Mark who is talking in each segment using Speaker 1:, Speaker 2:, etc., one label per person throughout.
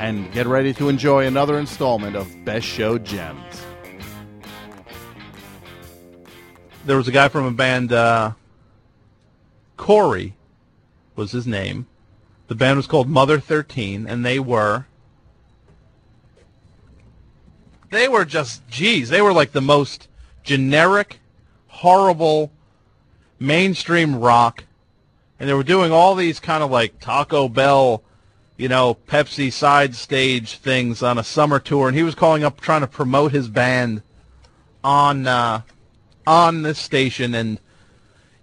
Speaker 1: and get ready to enjoy another installment of Best Show Gems. There was a guy from a band, uh, Corey was his name. The band was called Mother 13, and they were. They were just, geez, they were like the most generic, horrible, mainstream rock. And they were doing all these kind of like Taco Bell, you know, Pepsi side stage things on a summer tour. And he was calling up trying to promote his band on, uh, on this station. And,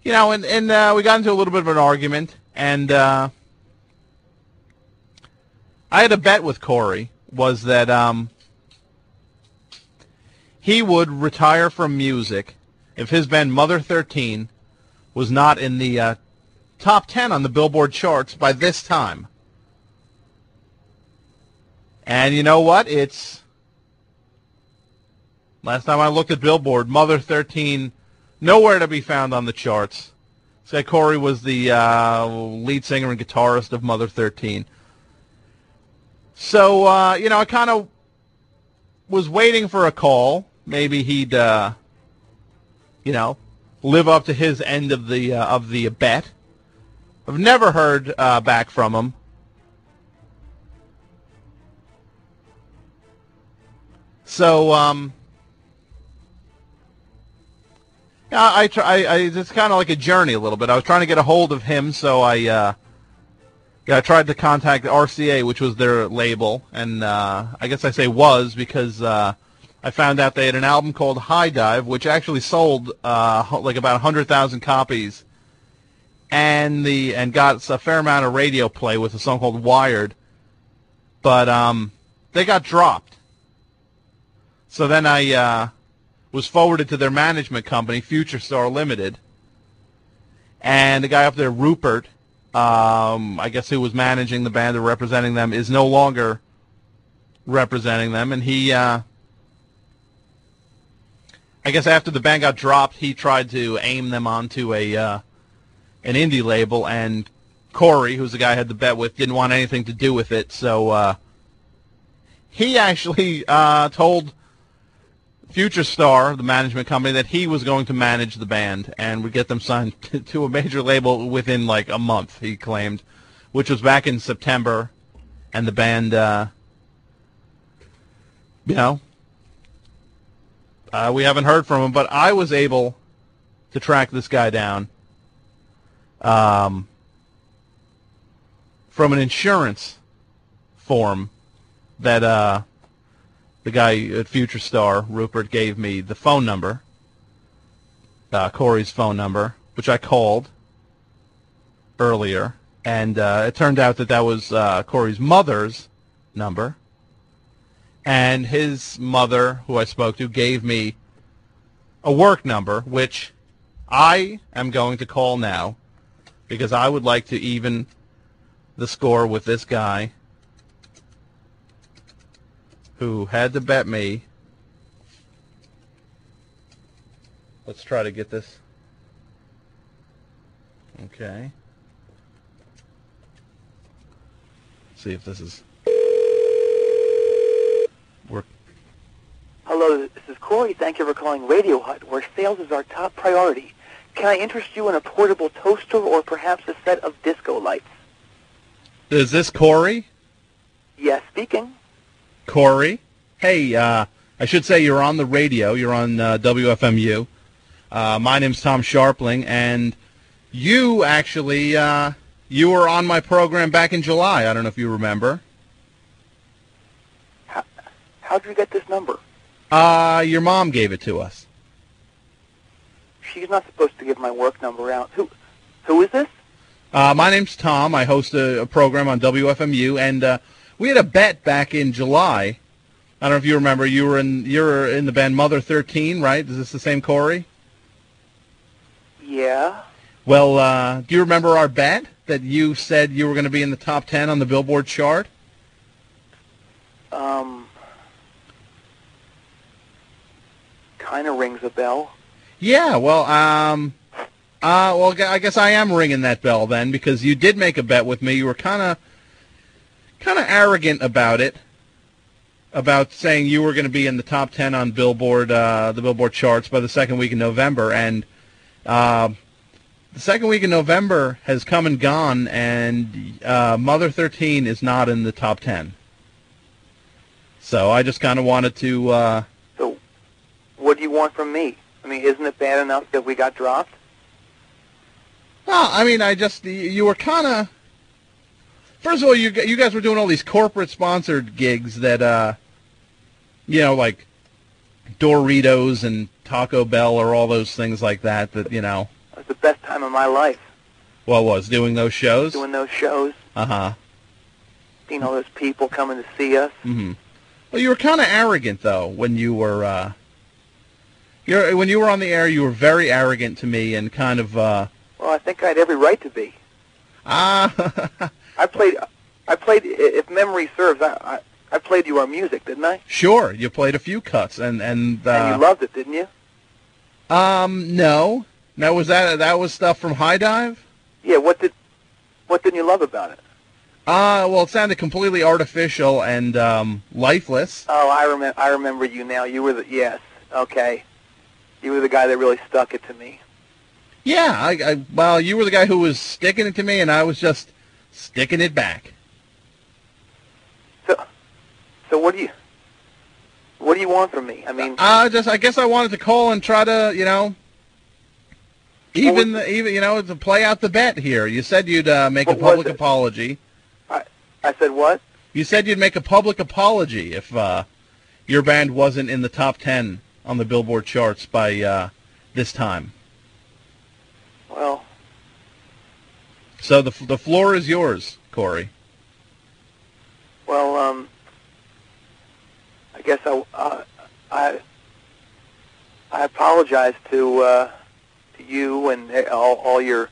Speaker 1: you know, and, and, uh, we got into a little bit of an argument. And, uh, I had a bet with Corey was that, um, he would retire from music if his band Mother 13 was not in the uh, top 10 on the Billboard charts by this time. And you know what? It's last time I looked at Billboard, Mother 13 nowhere to be found on the charts. This guy Corey was the uh, lead singer and guitarist of Mother 13. So uh, you know, I kind of was waiting for a call maybe he'd uh, you know live up to his end of the uh, of the bet. I've never heard uh, back from him. So um, yeah, I try. I, I it's kind of like a journey a little bit. I was trying to get a hold of him, so I. Uh, yeah, I tried to contact RCA, which was their label, and uh, I guess I say was because uh, I found out they had an album called High Dive, which actually sold uh, ho- like about hundred thousand copies, and the and got a fair amount of radio play with a song called Wired, but um, they got dropped. So then I uh, was forwarded to their management company, Future Star Limited, and the guy up there, Rupert, um, I guess who was managing the band or representing them, is no longer representing them, and he. Uh, I guess after the band got dropped, he tried to aim them onto a uh, an indie label, and Corey, who's the guy I had the bet with, didn't want anything to do with it. So uh, he actually uh, told Future Star, the management company, that he was going to manage the band and would get them signed to a major label within like a month. He claimed, which was back in September, and the band, uh, you know, uh, we haven't heard from him, but I was able to track this guy down um, from an insurance form that uh, the guy at Future Star, Rupert, gave me the phone number, uh, Corey's phone number, which I called earlier, and uh, it turned out that that was uh, Corey's mother's number and his mother, who I spoke to, gave me a work number, which I am going to call now because I would like to even the score with this guy who had to bet me. Let's try to get this. Okay. See if this is work.
Speaker 2: Hello, this is Corey. Thank you for calling Radio Hut, where sales is our top priority. Can I interest you in a portable toaster or perhaps a set of disco lights?
Speaker 1: Is this Corey?
Speaker 2: Yes, speaking.
Speaker 1: Corey. Hey, uh, I should say you're on the radio. You're on uh, WFMU. Uh, my name's Tom Sharpling, and you actually uh, you were on my program back in July. I don't know if you remember.
Speaker 2: How would you get this number?
Speaker 1: Uh, your mom gave it to us.
Speaker 2: She's not supposed to give my work number out. Who, who is this?
Speaker 1: Uh, my name's Tom. I host a, a program on WFMU, and uh, We had a bet back in July. I don't know if you remember. You were in you were in the band Mother Thirteen, right? Is this the same Corey?
Speaker 2: Yeah.
Speaker 1: Well, uh, do you remember our bet that you said you were going to be in the top ten on the Billboard chart?
Speaker 2: Um, kind of rings a bell.
Speaker 1: Yeah. Well, um, uh, well, I guess I am ringing that bell then because you did make a bet with me. You were kind of kind of arrogant about it, about saying you were going to be in the top ten on Billboard, uh, the Billboard charts by the second week in November, and uh, the second week in November has come and gone, and uh, Mother Thirteen is not in the top ten. So I just kind of wanted to. Uh,
Speaker 2: So, what do you want from me? I mean, isn't it bad enough that we got dropped?
Speaker 1: Well, I mean, I just you- you were kind of. First of all, you g- you guys were doing all these corporate sponsored gigs that, uh, you know, like Doritos and Taco Bell or all those things like that. That you know,
Speaker 2: It was the best time of my life
Speaker 1: what was doing those shows?
Speaker 2: doing those shows,
Speaker 1: Uh huh.
Speaker 2: seeing all those people coming to see us.
Speaker 1: hmm Well, you were kind of arrogant though when you were uh, you're when you were on the air. You were very arrogant to me and kind of uh,
Speaker 2: Well, I think I had every right to be.
Speaker 1: ah.
Speaker 2: I played, I played. i- If memory serves, I, I, I played you our music, didn't I?
Speaker 1: sure, you played a few cuts and and. Uh,
Speaker 2: and you loved it, didn't you?
Speaker 1: Um, no. Now was that that was stuff from High Dive?
Speaker 2: Yeah. What did, what didn't you love about it?
Speaker 1: Uh, well, it sounded completely artificial and um, lifeless.
Speaker 2: Oh, I remember. I remember you now. You were the yes. Okay. You were the guy that really stuck it to me.
Speaker 1: Yeah, I, I well, you were the guy who was sticking it to me, and I was just sticking it back.
Speaker 2: So, so what do you, what do you want from me? I mean,
Speaker 1: I Uh, just, I guess, I wanted to call and try to, you know, even the, even you know to play out the bet here. You said you'd uh, make a
Speaker 2: What was
Speaker 1: public
Speaker 2: it?
Speaker 1: apology.
Speaker 2: I said what?
Speaker 1: You said you'd make a public apology if uh, your band wasn't in the top ten on the Billboard charts by uh, this time.
Speaker 2: Well,
Speaker 1: So the the floor is yours, Corey.
Speaker 2: well, um, I guess I, uh, I, I apologize to uh, to you and all, all your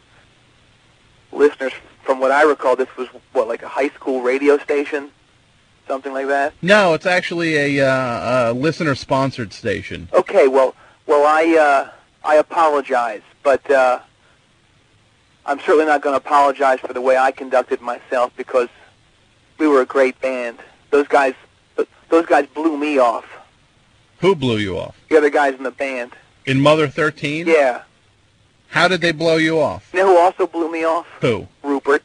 Speaker 2: listeners. From what I recall, this was what like a high school radio station, something like that.
Speaker 1: No, it's actually a, uh, a listener sponsored station.
Speaker 2: Okay, well, well, I uh, I apologize, but uh, I'm certainly not going to apologize for the way I conducted myself because we were a great band. Those guys, th- those guys blew me off.
Speaker 1: Who blew you off?
Speaker 2: The other guys in the band.
Speaker 1: In Mother Thirteen?
Speaker 2: Yeah.
Speaker 1: How did they blow you off?
Speaker 2: You know who also blew me off?
Speaker 1: Who?
Speaker 2: Rupert.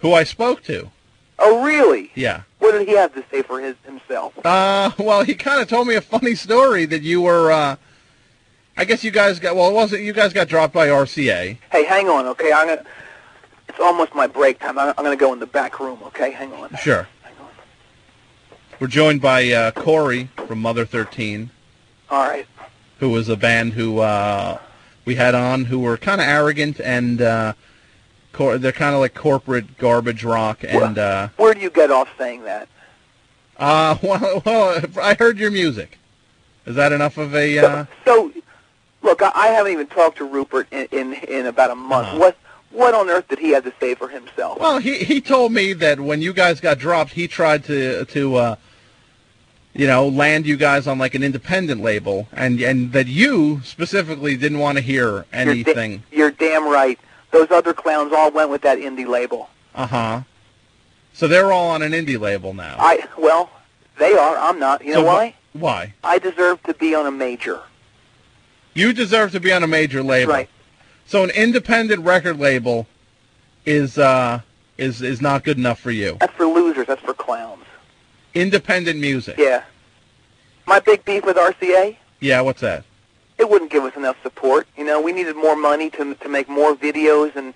Speaker 1: Who I spoke to?
Speaker 2: Oh, really?
Speaker 1: Yeah.
Speaker 2: What did he have to say for his himself?
Speaker 1: Uh, well, he kind of told me a funny story that you were. Uh, I guess you guys got. Well, it wasn't. You guys got dropped by RCA.
Speaker 2: Hey, hang on, okay? I'm gonna. It's almost my break time. I'm, I'm gonna go in the back room, okay? Hang on.
Speaker 1: Sure.
Speaker 2: Hang on.
Speaker 1: We're joined by uh, Corey from Mother Thirteen.
Speaker 2: All right.
Speaker 1: who was a band who uh, we had on who were kind of arrogant and uh, cor- they're kind of like corporate garbage rock and uh,
Speaker 2: Where do you get off saying that?
Speaker 1: uh, well, well I heard your music. Is that enough of a? Uh,
Speaker 2: So, look, I, I haven't even talked to Rupert in in, in about a month.
Speaker 1: Uh-huh.
Speaker 2: What what on earth did he have to say for himself?
Speaker 1: well, he he told me that when you guys got dropped, he tried to to uh, you know land you guys on like an independent label, and and that you specifically didn't want to hear
Speaker 2: You're da-
Speaker 1: anything.
Speaker 2: You're, damn right. Those other clowns all went with that indie label.
Speaker 1: Uh huh. So they're all on an indie label now.
Speaker 2: I well, they are. I'm not. You know
Speaker 1: So wh-
Speaker 2: why?
Speaker 1: Why?
Speaker 2: I deserve to be on a major.
Speaker 1: You deserve to be on a major label.
Speaker 2: Right.
Speaker 1: So an independent record label is uh is is not good enough for you.
Speaker 2: That's for losers. That's for clowns.
Speaker 1: Independent music.
Speaker 2: Yeah. My big beef with RCA.
Speaker 1: Yeah, what's that?
Speaker 2: It wouldn't give us enough support. You know, we needed more money to to make more videos and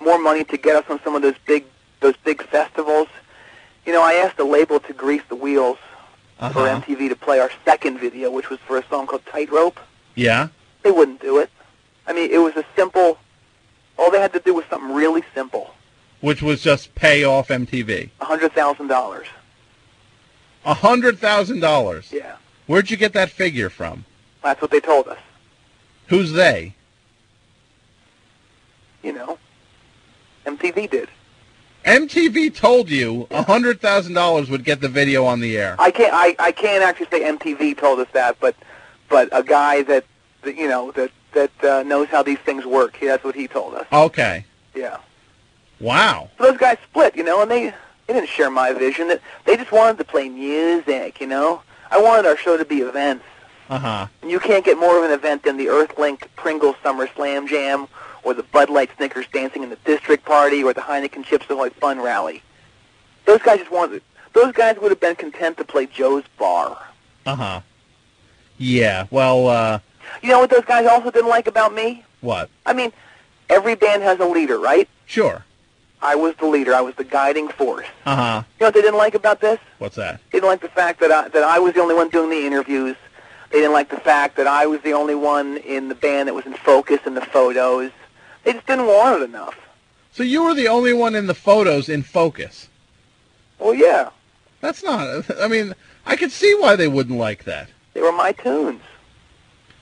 Speaker 2: more money to get us on some of those big those big festivals. You know, I asked the label to grease the wheels for
Speaker 1: Uh-huh.
Speaker 2: MTV to play our second video, which was for a song called Tightrope.
Speaker 1: Yeah.
Speaker 2: They wouldn't do it. I mean, it was a simple. All they had to do was something really simple:
Speaker 1: Which was just pay off MTV.
Speaker 2: a hundred thousand dollars.
Speaker 1: A hundred thousand dollars.
Speaker 2: Yeah,
Speaker 1: Where'd you get that figure from?
Speaker 2: that's what they told us.
Speaker 1: Who's they?
Speaker 2: You know, MTV did.
Speaker 1: MTV told you a hundred thousand dollars would get the video on the air.
Speaker 2: I can't. I, I can't actually say MTV told us that, but but a guy that, that you know that that uh, knows how these things work. He, that's what he told us.
Speaker 1: Okay.
Speaker 2: Yeah.
Speaker 1: Wow.
Speaker 2: So those guys split, you know, and they they didn't share my vision. That they just wanted to play music, you know. I wanted our show to be events.
Speaker 1: Uh huh.
Speaker 2: And you can't get more of an event than the Earthlink Pringle Summer Slam Jam, or the Bud Light Snickers Dancing in the District Party, or the Heineken Chips Ahoy Fun Rally. Those guys just wanted. Those guys would have been content to play Joe's Bar.
Speaker 1: Uh huh. Yeah. Well. uh
Speaker 2: You know what those guys also didn't like about me?
Speaker 1: What?
Speaker 2: I mean, every band has a leader, right?
Speaker 1: Sure.
Speaker 2: I was the leader. I was the guiding force.
Speaker 1: Uh huh.
Speaker 2: You know what they didn't like about this?
Speaker 1: What's that?
Speaker 2: They didn't like the fact that I, that I was the only one doing the interviews. They didn't like the fact that I was the only one in the band that was in focus in the photos. They just didn't want it enough.
Speaker 1: So you were the only one in the photos in focus.
Speaker 2: Well, yeah,
Speaker 1: That's not. I mean, I could see why they wouldn't like that.
Speaker 2: they were my tunes.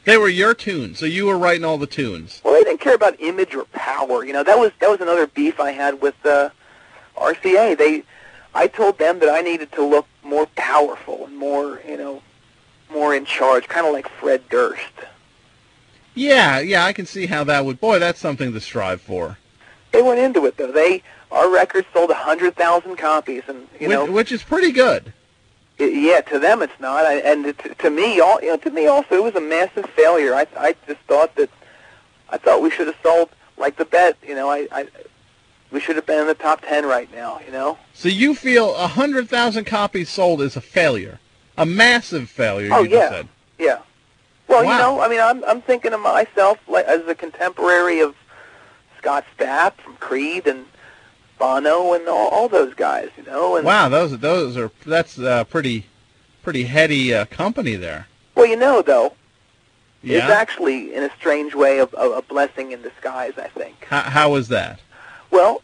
Speaker 1: They were your tunes, so you were writing all the tunes.
Speaker 2: Well, they didn't care about image or power. You know, that was that was another beef I had with uh, RCA. They, I told them that I needed to look more powerful and more, you know, more in charge, kind of like Fred Durst.
Speaker 1: Yeah, yeah, I can see how that would. Boy, that's something to strive for.
Speaker 2: They weren't into it though. They our record sold a hundred thousand copies, and you
Speaker 1: which,
Speaker 2: know,
Speaker 1: which is pretty good.
Speaker 2: i yeah, to them it's not, I- and to, to me, all you know, to me also it was a massive failure. I I just thought that I thought we should have sold like the bet. You know, I. I we should have been in the top ten right now, you know.
Speaker 1: So you feel a hundred thousand copies sold is a failure, a massive failure.
Speaker 2: Oh,
Speaker 1: you just
Speaker 2: yeah.
Speaker 1: said.
Speaker 2: Yeah. Well,
Speaker 1: Wow.
Speaker 2: you know, I mean, I'm I'm thinking of myself like as a contemporary of Scott Stapp from Creed and Bono and all, all those guys, you know. And
Speaker 1: Wow, those those are that's uh, pretty pretty heady uh, company there.
Speaker 2: well, you know, though,
Speaker 1: Yeah.
Speaker 2: it's actually in a strange way a, a, a blessing in disguise, I think.
Speaker 1: how, how is that?
Speaker 2: Well,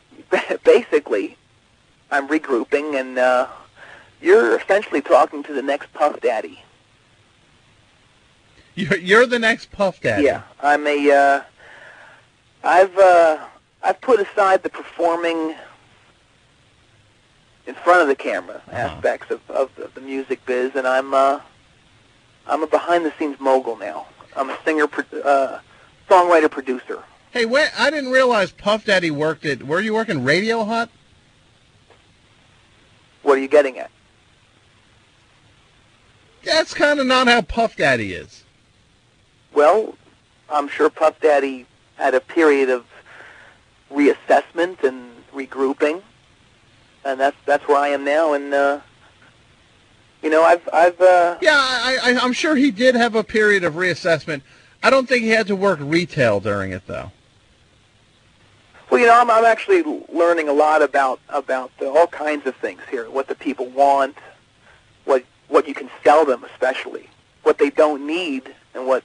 Speaker 2: basically, I'm regrouping, and uh, you're essentially talking to the next Puff Daddy.
Speaker 1: You're you're the next Puff Daddy.
Speaker 2: Yeah, I'm a. Uh, I've uh, I've put aside the performing in front of the camera aspects of, of the, the music biz, and I'm uh, I'm a behind the scenes mogul now. I'm a singer, pro- uh, songwriter, producer.
Speaker 1: Hey, wait, I didn't realize Puff Daddy worked at. Were you working Radio Hut?
Speaker 2: What are you getting at?
Speaker 1: That's kind of not how Puff Daddy is.
Speaker 2: Well, I'm sure Puff Daddy had a period of reassessment and regrouping, and that's that's where I am now. And uh, you know, I've I've uh,
Speaker 1: Yeah, I, I, I'm sure he did have a period of reassessment. I don't think he had to work retail during it though.
Speaker 2: Well, you know, I'm, I'm actually learning a lot about about uh, all kinds of things here. What the people want, what what you can sell them, especially what they don't need, and what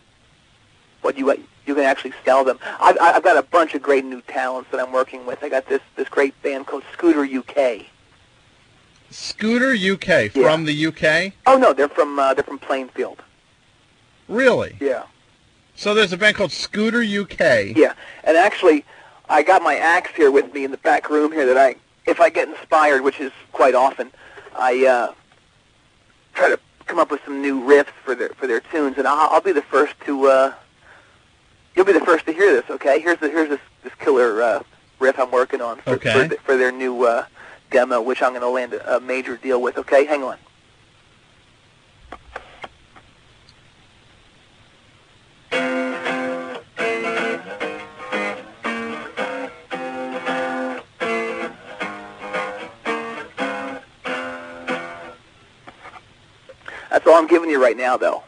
Speaker 2: what you you can actually sell them. I've, I've got a bunch of great new talents that I'm working with. I got this this great band called Scooter UK.
Speaker 1: Scooter UK
Speaker 2: Yeah.
Speaker 1: from the UK.
Speaker 2: Oh no, they're from uh, they're from Plainfield.
Speaker 1: Really?
Speaker 2: Yeah,
Speaker 1: So there's a band called Scooter UK.
Speaker 2: yeah. And actually, I got my axe here with me in the back room here. That I, if I get inspired, which is quite often, I uh, try to come up with some new riffs for their for their tunes, and I'll, I'll be the first to. Uh, you'll be the first to hear this. Okay, here's the here's this this killer uh, riff I'm working on for
Speaker 1: Okay.
Speaker 2: for, th- for their new uh, demo, which I'm going to land a, a major deal with. Okay, hang on. That's all I'm giving you right now, though.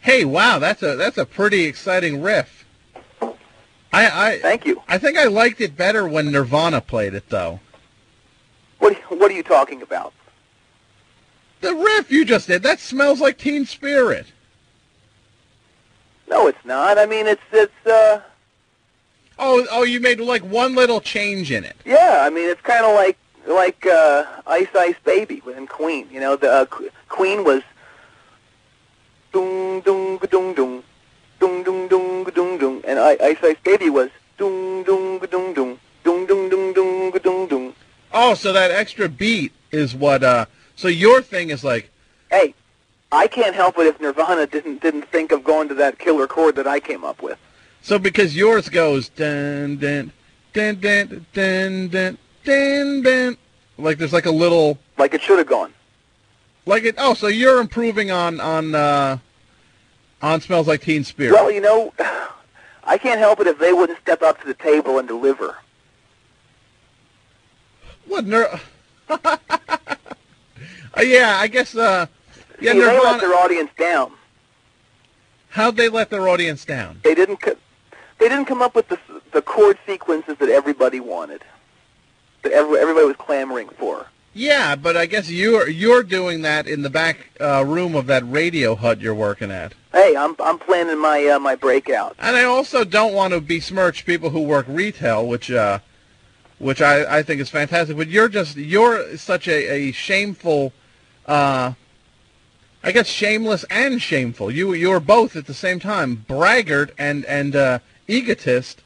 Speaker 1: Hey, wow, that's a that's a pretty exciting riff. I I
Speaker 2: Thank you.
Speaker 1: I think I liked it better when Nirvana played it though.
Speaker 2: What what are you talking about?
Speaker 1: The riff you just did, that smells like Teen Spirit.
Speaker 2: No, it's not. I mean, it's it's uh
Speaker 1: Oh, oh, you made like one little change in it.
Speaker 2: yeah. I mean, it's kind of like like uh, Ice Ice Baby within Queen. You know, the uh, Qu- Queen was dung dung dung dung dung dung dung dung dung, and I- Ice Ice Baby was dung dung dung dung dung dung dung dung dung dung.
Speaker 1: Oh, so that extra beat is what. uh So your thing is like,
Speaker 2: Hey, I can't help it if Nirvana didn't didn't think of going to that killer chord that I came up with.
Speaker 1: so because yours goes dun dun dun dun dun dun dun dun. Like there's like a little
Speaker 2: Like it should have gone.
Speaker 1: like it. Oh, so you're improving on on uh on smells like Teen Spirit.
Speaker 2: Well, you know, I can't help it if they wouldn't step up to the table and deliver.
Speaker 1: What ner- Uh, Yeah, I guess. uh Yeah,
Speaker 2: See, they let
Speaker 1: Nirvana.
Speaker 2: their audience down.
Speaker 1: How'd they let their audience down?
Speaker 2: They didn't. Co- they didn't come up with the the chord sequences that everybody wanted, that every, everybody was clamoring for.
Speaker 1: Yeah, but I guess you're you're doing that in the back uh, room of that radio hut you're working at.
Speaker 2: Hey, I'm I'm planning my uh, my breakout.
Speaker 1: And I also don't want to besmirch people who work retail, which uh, which I, I think is fantastic. But you're just you're such a, a shameful, uh, I guess shameless and shameful. You you're both at the same time, braggart and and uh, egotist.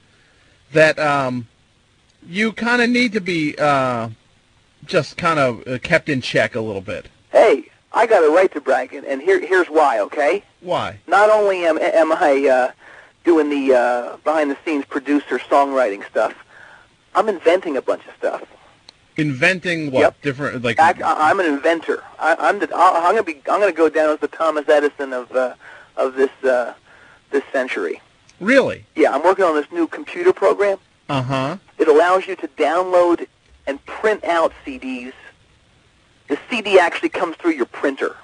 Speaker 1: That um, you kind of need to be uh, just kind of uh, kept in check a little bit.
Speaker 2: Hey, I got a right to brag, and, and here here's why. Okay,
Speaker 1: Why?
Speaker 2: not only am am I uh, doing the uh, behind the scenes producer songwriting stuff, I'm inventing a bunch of stuff.
Speaker 1: Inventing what
Speaker 2: Yep.
Speaker 1: different like
Speaker 2: I, I- I'm an inventor. I, I'm the. I, I'm gonna be. I'm gonna go down as the Thomas Edison of uh, of this uh, this century.
Speaker 1: really?
Speaker 2: Yeah, I'm working on this new computer program.
Speaker 1: Uh huh.
Speaker 2: It allows you to download and print out CDs. The CD actually comes through your printer.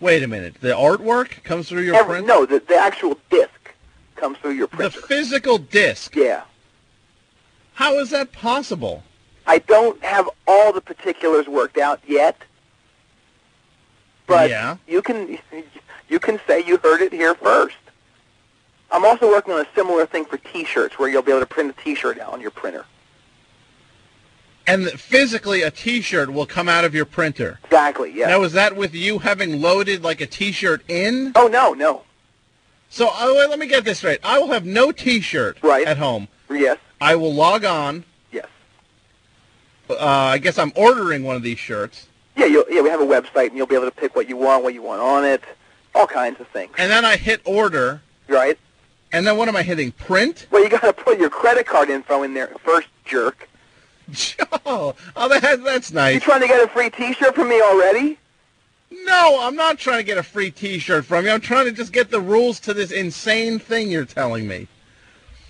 Speaker 1: Wait a minute. The artwork comes through your
Speaker 2: Every-
Speaker 1: print.
Speaker 2: No, the, the actual disc comes through your
Speaker 1: The
Speaker 2: printer.
Speaker 1: physical disc.
Speaker 2: yeah.
Speaker 1: How is that possible?
Speaker 2: I don't have all the particulars worked out yet, but
Speaker 1: Yeah.
Speaker 2: you can you can say you heard it here first. I'm also working on a similar thing for T-shirts, where you'll be able to print a T-shirt out on your printer.
Speaker 1: And that physically, a T-shirt will come out of your printer.
Speaker 2: Exactly. Yeah.
Speaker 1: Now, is that with you having loaded like a T-shirt in?
Speaker 2: Oh no, no.
Speaker 1: So, oh, wait, let me get this straight. I will have no T-shirt
Speaker 2: Right.
Speaker 1: at home.
Speaker 2: Yes.
Speaker 1: I will log on.
Speaker 2: Yes.
Speaker 1: Uh, I guess I'm ordering one of these shirts,
Speaker 2: Yeah. You'll, yeah. We have a website, and you'll be able to pick what you want, what you want on it, all kinds of things.
Speaker 1: and then I hit order.
Speaker 2: Right.
Speaker 1: And then what am I hitting? Print?
Speaker 2: Well, you got to put your credit card info in there first, jerk.
Speaker 1: Oh, oh that, that's
Speaker 2: You
Speaker 1: nice.
Speaker 2: trying to get a free T-shirt from me already?
Speaker 1: No, I'm not trying to get a free T-shirt from you. I'm trying to just get the rules to this insane thing you're telling me.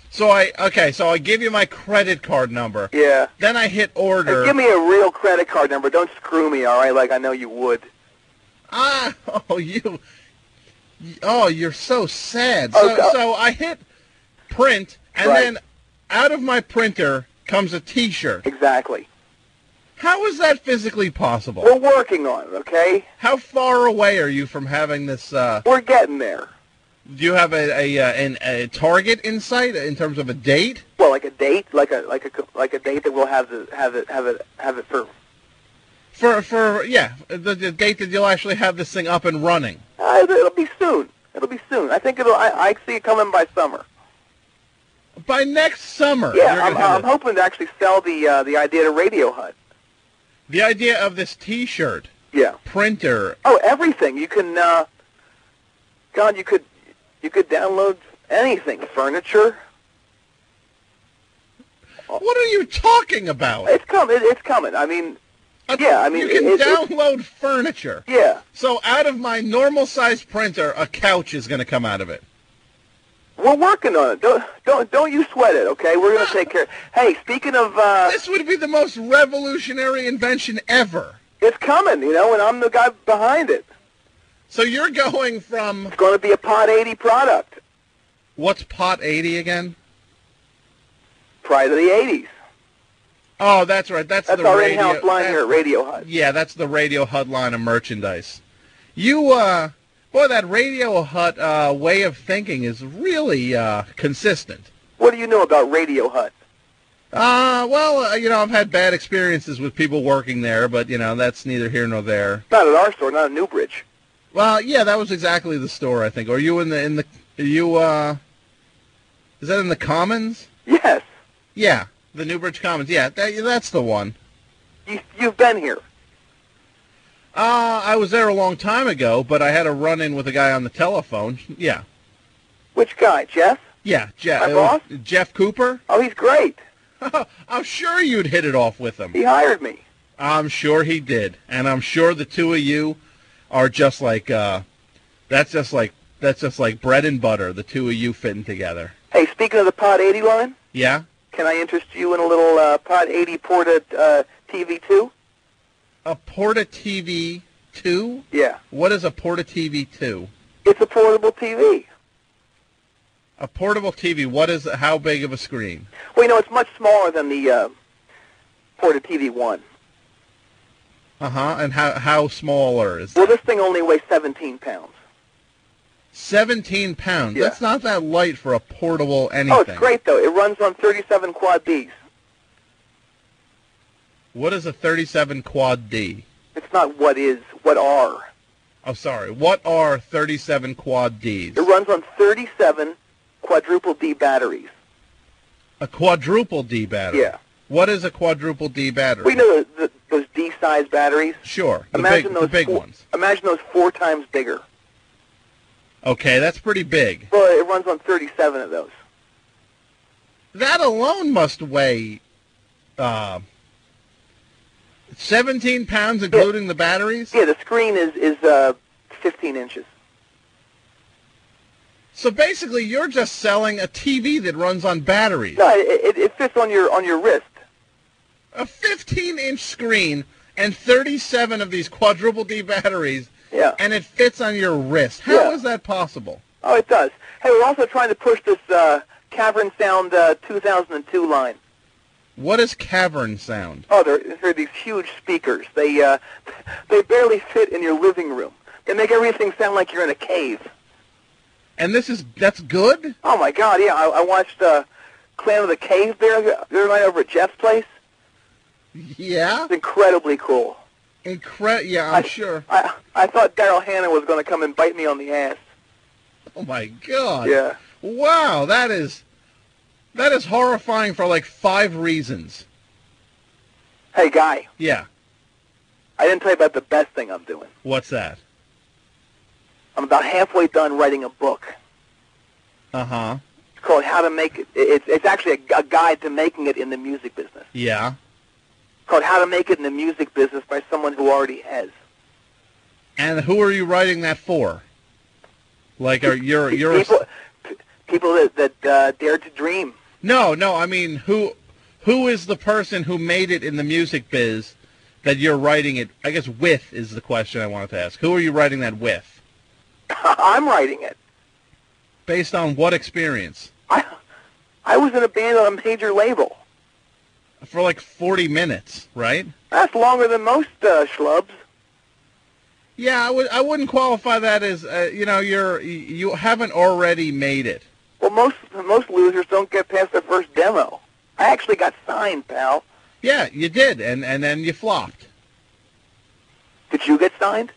Speaker 1: So I okay, so I give you my credit card number.
Speaker 2: Yeah.
Speaker 1: Then I hit
Speaker 2: Hey,
Speaker 1: order.
Speaker 2: give me a real credit card number. Don't screw me, all right? Like I know you would.
Speaker 1: ah, oh you, oh you're so sad. So
Speaker 2: Oh, God.
Speaker 1: so I hit print, and
Speaker 2: Right.
Speaker 1: then out of my printer comes a T-shirt.
Speaker 2: Exactly.
Speaker 1: How is that physically possible?
Speaker 2: We're working on it, okay?
Speaker 1: How far away are you from having this? Uh,
Speaker 2: We're getting there.
Speaker 1: do you have a a, uh an, a target in sight in terms of a date?
Speaker 2: Well, like a date, like a like a like a date that we'll have to have it have it have it for.
Speaker 1: For for yeah, the, the date that you'll actually have this thing up and running.
Speaker 2: Uh, it'll- it'll be soon. It'll be soon. I think it'll. I, I see it coming by summer.
Speaker 1: By next summer,
Speaker 2: Yeah,
Speaker 1: you're
Speaker 2: I'm,
Speaker 1: gonna have
Speaker 2: I'm
Speaker 1: it.
Speaker 2: hoping to actually sell the uh, the idea to Radio Hut.
Speaker 1: the idea of this T-shirt
Speaker 2: Yeah.
Speaker 1: printer.
Speaker 2: Oh, everything you can. Uh, God, you could you could download anything, furniture.
Speaker 1: What are you talking about?
Speaker 2: It's coming. It's coming. I mean,
Speaker 1: A-
Speaker 2: yeah, I mean,
Speaker 1: you can
Speaker 2: it- it-
Speaker 1: download furniture.
Speaker 2: yeah.
Speaker 1: So out of my normal size printer, a couch is going to come out of it.
Speaker 2: We're working on it. Don't don't don't you sweat it, okay? We're gonna take care. Hey, speaking of, uh,
Speaker 1: This would be the most revolutionary invention ever.
Speaker 2: it's coming, you know, and I'm the guy behind it.
Speaker 1: So you're going from
Speaker 2: It's gonna be a Pod 80 product,
Speaker 1: what's pot eighty again?
Speaker 2: Pride of the 80s.
Speaker 1: Oh, that's right. That's,
Speaker 2: That's
Speaker 1: the
Speaker 2: our
Speaker 1: radio.
Speaker 2: in-house line
Speaker 1: that-
Speaker 2: here at Radio Hut.
Speaker 1: Yeah, that's the Radio Hut line of merchandise. You, uh, boy, that Radio Hut uh, way of thinking is really uh, consistent.
Speaker 2: What do you know about Radio Hut?
Speaker 1: Uh, well, uh, you know, I've had bad experiences with people working there, but you know, that's neither here nor there.
Speaker 2: Not at our store, not at Newbridge.
Speaker 1: Well, yeah, that was exactly the store I think. Are you in the in the are you uh Is that in the Commons?
Speaker 2: Yes,
Speaker 1: Yeah, the Newbridge Commons. Yeah, that, that's the one.
Speaker 2: you, you've been here.
Speaker 1: Uh, I was there a long time ago, but I had a run-in with a guy on the telephone. Yeah.
Speaker 2: Which guy, Jeff?
Speaker 1: Yeah, Jeff.
Speaker 2: My
Speaker 1: it was Jeff Cooper?
Speaker 2: Oh, he's great.
Speaker 1: I'm sure you'd hit it off with him.
Speaker 2: He hired me.
Speaker 1: I'm sure he did, and I'm sure the two of you are just like uh, that's just like that's just like bread and butter. The two of you fitting together.
Speaker 2: Hey, speaking of the Pod 80 line,
Speaker 1: Yeah.
Speaker 2: can I interest you in a little uh, Pod 80 Porta uh, TV2?
Speaker 1: A Porta TV two.
Speaker 2: Yeah,
Speaker 1: What is a Porta TV two?
Speaker 2: it's a portable TV.
Speaker 1: A portable TV. What is how big of a screen?
Speaker 2: Well, you know, it's much smaller than the uh, Porta TV1.
Speaker 1: Uh huh. And how how smaller is
Speaker 2: Well,
Speaker 1: that?
Speaker 2: this thing only weighs 17 pounds.
Speaker 1: Seventeen pounds.
Speaker 2: Yeah.
Speaker 1: That's not that light for a portable anything.
Speaker 2: Oh, it's great, though. It runs on 37 quad Ds.
Speaker 1: What is a thirty-seven quad D?
Speaker 2: It's not what is, what are.
Speaker 1: Oh, sorry. What are thirty-seven quad Ds?
Speaker 2: It runs on 37 quadruple D batteries.
Speaker 1: A quadruple D battery.
Speaker 2: Yeah.
Speaker 1: What is a quadruple D battery?
Speaker 2: We know the, the, those D-size batteries.
Speaker 1: Sure. The
Speaker 2: Imagine
Speaker 1: big,
Speaker 2: those
Speaker 1: the big
Speaker 2: four,
Speaker 1: ones.
Speaker 2: Imagine those four times bigger.
Speaker 1: Okay, that's pretty big.
Speaker 2: Well, it runs on 37 of those.
Speaker 1: That alone must weigh uh, 17 pounds, including the batteries.
Speaker 2: Yeah, the screen is is uh, 15 inches.
Speaker 1: So basically, you're just selling a TV that runs on batteries.
Speaker 2: No, it, it, it fits on your on your wrist.
Speaker 1: A 15-inch screen and 37 of these quadruple D batteries,
Speaker 2: Yeah.
Speaker 1: and it fits on your wrist. How is
Speaker 2: Yeah.
Speaker 1: that possible?
Speaker 2: Oh, it does. Hey, we're also trying to push this uh, Cavern Sound uh, 2002 line.
Speaker 1: What is cavern sound?
Speaker 2: Oh, they're, they're these huge speakers. They uh, they barely fit in your living room. They make everything sound like you're in a cave.
Speaker 1: And this is that's good.
Speaker 2: Oh my God! Yeah, I, I watched uh, Clan of the Cave Bear the other night over at Jeff's place.
Speaker 1: Yeah,
Speaker 2: It's incredibly cool.
Speaker 1: incre- Yeah, I'm
Speaker 2: I-
Speaker 1: sure.
Speaker 2: I I thought Daryl Hannah was going to come and bite me on the ass.
Speaker 1: Oh my god.
Speaker 2: Yeah.
Speaker 1: Wow, that is that is horrifying for like five reasons.
Speaker 2: Hey, guy,
Speaker 1: Yeah.
Speaker 2: I didn't tell you about the best thing I'm doing.
Speaker 1: What's that?
Speaker 2: I'm about halfway done writing a book.
Speaker 1: Uh huh.
Speaker 2: It's called How to Make It. It's, it's actually a, gu- a guide to making it in the music business.
Speaker 1: Yeah.
Speaker 2: It's called How to Make It in the Music Business by someone who already has.
Speaker 1: And who are you writing that for? Like, are you're you're
Speaker 2: people, p- people that, that uh, dare to dream.
Speaker 1: no no? I mean, who who is the person who made it in the music biz that you're writing it? I guess with is the question I wanted to ask. Who are you writing that with?
Speaker 2: I'm writing it.
Speaker 1: Based on what experience?
Speaker 2: I I was in a band on a major label.
Speaker 1: For like 40 minutes, right?
Speaker 2: That's longer than most uh, schlubs.
Speaker 1: Yeah, I would. I wouldn't qualify that as uh, you know you're you haven't already made it.
Speaker 2: Well, most most losers don't get past their first demo. I actually got signed, pal.
Speaker 1: Yeah, you did, and and then you flopped.
Speaker 2: Did you get signed?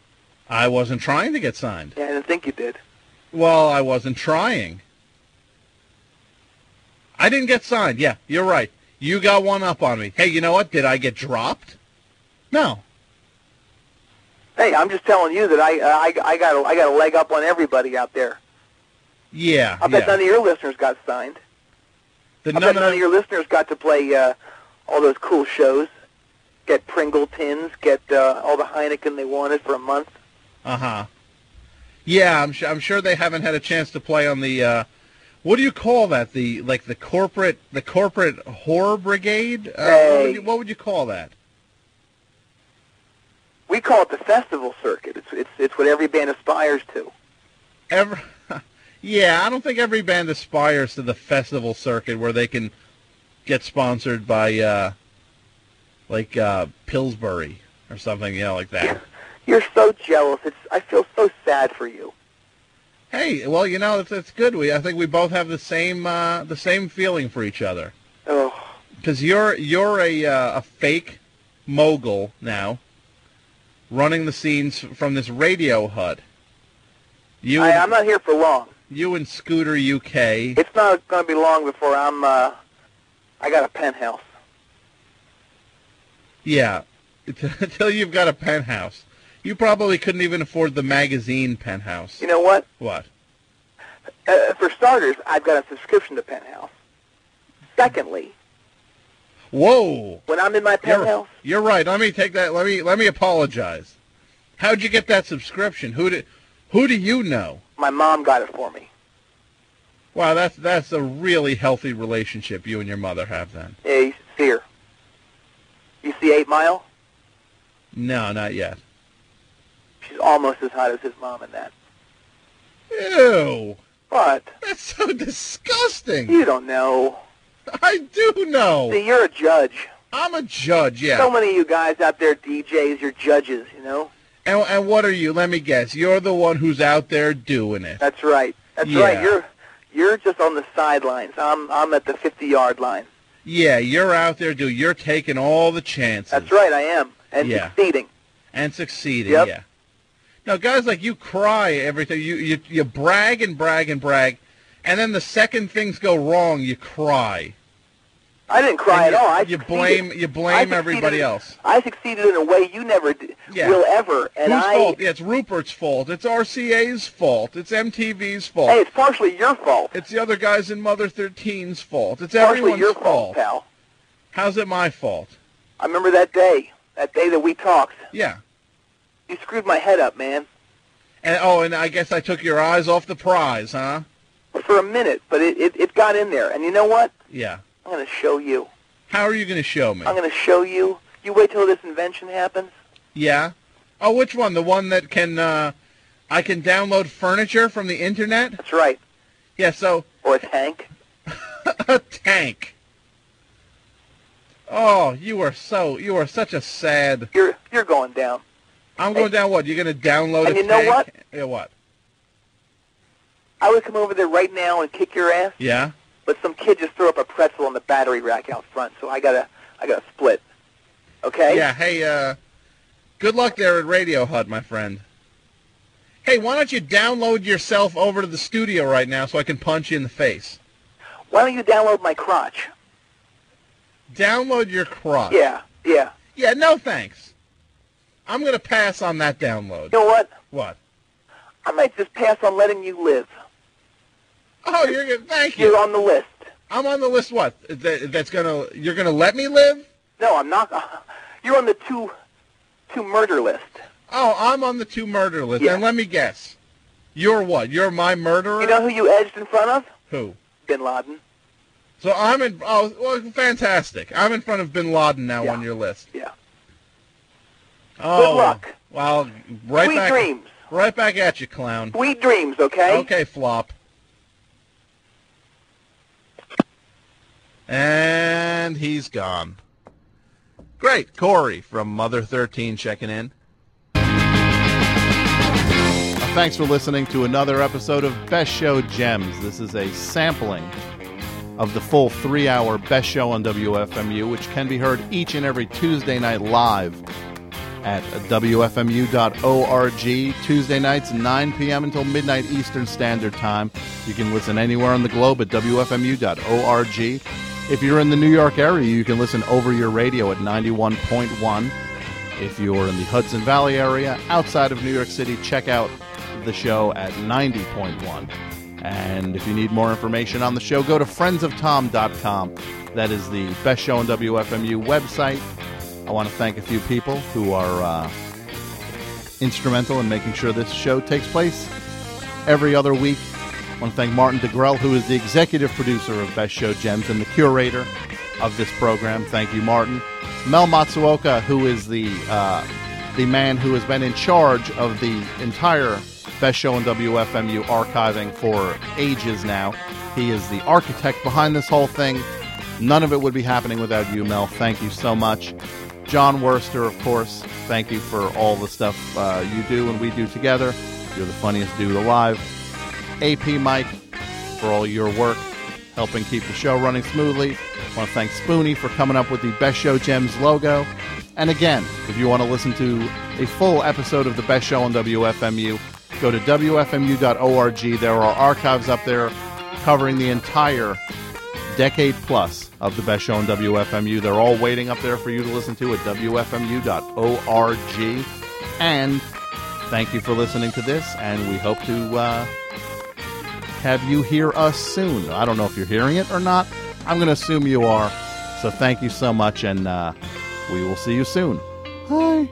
Speaker 1: I wasn't trying to get signed.
Speaker 2: Yeah, I didn't think you did.
Speaker 1: Well, I wasn't trying. I didn't get signed. Yeah, you're right. You got one up on me. Hey, you know what? Did I get dropped? No.
Speaker 2: Hey, I'm just telling you that I uh, I, I got a, I got a leg up on everybody out there.
Speaker 1: Yeah.
Speaker 2: I bet
Speaker 1: yeah.
Speaker 2: none of your listeners got signed.
Speaker 1: The
Speaker 2: I
Speaker 1: none
Speaker 2: bet none of your listeners got to play uh, all those cool shows, get Pringle tins, get uh, all the Heineken they wanted for a month.
Speaker 1: Uh huh. Yeah, I'm sure. I'm sure they haven't had a chance to play on the. Uh, what do you call that? The like the corporate the corporate horror brigade. Uh, what,
Speaker 2: Hey.
Speaker 1: would you, what would you call that?
Speaker 2: We call it the festival circuit. It's it's it's what every band aspires to.
Speaker 1: Ever. yeah, I don't think every band aspires to the festival circuit where they can get sponsored by uh, like uh, Pillsbury or something, you know, like that.
Speaker 2: You're so jealous. It's I feel so sad for you.
Speaker 1: Hey, well, you know, it's, it's good. We I think we both have the same uh, the same feeling for each other.
Speaker 2: Oh,
Speaker 1: because you're you're a uh, a fake mogul now, running the scenes from this radio hut. You
Speaker 2: I,
Speaker 1: and,
Speaker 2: I'm not here for long.
Speaker 1: you and Scooter UK.
Speaker 2: It's not going to be long before I'm. Uh, I got a penthouse.
Speaker 1: Yeah, until you've got a penthouse. You probably couldn't even afford the magazine penthouse.
Speaker 2: You know what?
Speaker 1: What?
Speaker 2: Uh, for starters, I've got a subscription to penthouse. Secondly,
Speaker 1: Whoa!
Speaker 2: when I'm in my
Speaker 1: You're,
Speaker 2: penthouse,
Speaker 1: you're right. Let me take that. Let me let me apologize. How'd you get that subscription? Who did? Who do you know?
Speaker 2: my mom got it for me.
Speaker 1: Wow, that's that's a really healthy relationship you and your mother have then.
Speaker 2: Yeah, you should see her. You see Eight Mile?
Speaker 1: No, not yet.
Speaker 2: She's almost as hot as his mom in that.
Speaker 1: Ew,
Speaker 2: But
Speaker 1: that's so disgusting.
Speaker 2: you don't know.
Speaker 1: I do know.
Speaker 2: See, you're a judge.
Speaker 1: I'm a judge,
Speaker 2: So
Speaker 1: yeah.
Speaker 2: many of you guys out there, DJs, you're judges, you know?
Speaker 1: And, and what are you? Let me guess. You're the one who's out there doing it.
Speaker 2: That's right. That's
Speaker 1: Yeah.
Speaker 2: right. You're you're just on the sidelines. I'm I'm at the 50-yard line.
Speaker 1: Yeah, you're out there doing. You're taking all the chances
Speaker 2: That's right, I am. And
Speaker 1: Mm. Yeah.
Speaker 2: succeeding.
Speaker 1: and succeeding.
Speaker 2: Yep.
Speaker 1: Yeah. Now, guys like you cry every time. You, you you brag and brag and brag, and then the second things go wrong, you cry.
Speaker 2: I didn't cry
Speaker 1: And
Speaker 2: at
Speaker 1: you,
Speaker 2: all. I
Speaker 1: you
Speaker 2: succeeded.
Speaker 1: blame you
Speaker 2: I
Speaker 1: blame
Speaker 2: succeeded.
Speaker 1: everybody else.
Speaker 2: I succeeded in a way you never d-
Speaker 1: Yeah.
Speaker 2: will ever. And
Speaker 1: Whose
Speaker 2: I
Speaker 1: fault? Yeah, it's Rupert's fault. It's RCA's fault. It's MTV's fault.
Speaker 2: Hey, it's partially your fault.
Speaker 1: It's the other guys in Mother 13's fault. It's
Speaker 2: partially
Speaker 1: everyone's
Speaker 2: your fault, pal.
Speaker 1: How's it my fault?
Speaker 2: I remember that day, that day that we talked.
Speaker 1: Yeah.
Speaker 2: You screwed my head up, man,
Speaker 1: And oh, and I guess I took your eyes off the prize, huh?
Speaker 2: for a minute, but it, it, it got in there. And you know what?
Speaker 1: Yeah.
Speaker 2: I'm going to show you.
Speaker 1: How are you going to show me?
Speaker 2: I'm going to show you. You wait till this invention happens.
Speaker 1: Yeah. Oh, which one? The one that can uh I can download furniture from the internet?
Speaker 2: That's right.
Speaker 1: Yeah, so
Speaker 2: Or a tank.
Speaker 1: a tank. Oh, you are so you are such a sad.
Speaker 2: You're, you're going down.
Speaker 1: I'm going down. What you're going to download
Speaker 2: And
Speaker 1: a
Speaker 2: you know
Speaker 1: tank?
Speaker 2: what?
Speaker 1: Yeah, what?
Speaker 2: I would come over there right now and kick your ass,
Speaker 1: Yeah.
Speaker 2: but some kid just threw up a pretzel on the battery rack out front, so I got to I gotta split. Okay?
Speaker 1: Yeah. Hey, uh, good luck there at Radio Hut, my friend. Hey, why don't you download yourself over to the studio right now so I can punch you in the face?
Speaker 2: Why don't you download my crotch?
Speaker 1: Download your crotch.
Speaker 2: Yeah, yeah.
Speaker 1: Yeah. No thanks. I'm gonna pass on that download.
Speaker 2: You know what?
Speaker 1: What?
Speaker 2: I might just pass on letting you live.
Speaker 1: Oh, you're gonna. Thank
Speaker 2: You're
Speaker 1: you.
Speaker 2: on the list.
Speaker 1: I'm on the list. What? That, that's gonna. You're gonna let me live?
Speaker 2: No, I'm not. you're on the two, two murder list.
Speaker 1: Oh, I'm on the two murder list.
Speaker 2: Yeah.
Speaker 1: And let me guess. You're what? You're my murderer?
Speaker 2: You know who you edged in front of?
Speaker 1: Who?
Speaker 2: Bin Laden.
Speaker 1: So I'm in. Oh, well, fantastic. I'm in front of Bin Laden now
Speaker 2: Yeah.
Speaker 1: on your list.
Speaker 2: Yeah.
Speaker 1: Oh,
Speaker 2: luck.
Speaker 1: Well, right
Speaker 2: Sweet
Speaker 1: back.
Speaker 2: dreams.
Speaker 1: Right back at you, clown.
Speaker 2: Sweet dreams. Okay.
Speaker 1: Okay, flop. And he's gone. Great, Corey from Mother Thirteen checking in.
Speaker 3: Uh, Thanks for listening to another episode of Best Show Gems. This is a sampling of the full three hour Best Show on WFMU, which can be heard each and every Tuesday night live at WFMU.org. Tuesday nights, 9 p.m. until midnight Eastern Standard Time. You can listen anywhere on the globe at WFMU.org. If you're in the New York area, you can listen over your radio at 91.1. If you're in the Hudson Valley area outside of New York City, check out the show at 90.1. And if you need more information on the show, go to friendsoftom.com. That is the best show on WFMU website. I want to thank a few people who are uh, instrumental in making sure this show takes place every other week. I want to thank Martin DeGrell, who is the executive producer of Best Show Gems and the curator of this program. Thank you, Martin. Mel Matsuoka, who is the uh, the man who has been in charge of the entire Best Show and WFMU archiving for ages now. He is the architect behind this whole thing. None of it would be happening without you, Mel. Thank you so much. John Worster, of course, thank you for all the stuff uh, you do and we do together. You're the funniest dude alive. AP Mike for all your work. helping keep the show running smoothly. I want to thank Spoonie for coming up with the Best Show Gems logo. And again, if you want to listen to a full episode of the Best Show on WFMU, go to WFMU.org. There are archives up there covering the entire decade plus of the best show on WFMU. They're all waiting up there for you to listen to at WFMU.org. And thank you for listening to this, and we hope to uh, have you hear us soon. I don't know if you're hearing it or not. I'm going to assume you are. So thank you so much, and uh, we will see you soon. Bye.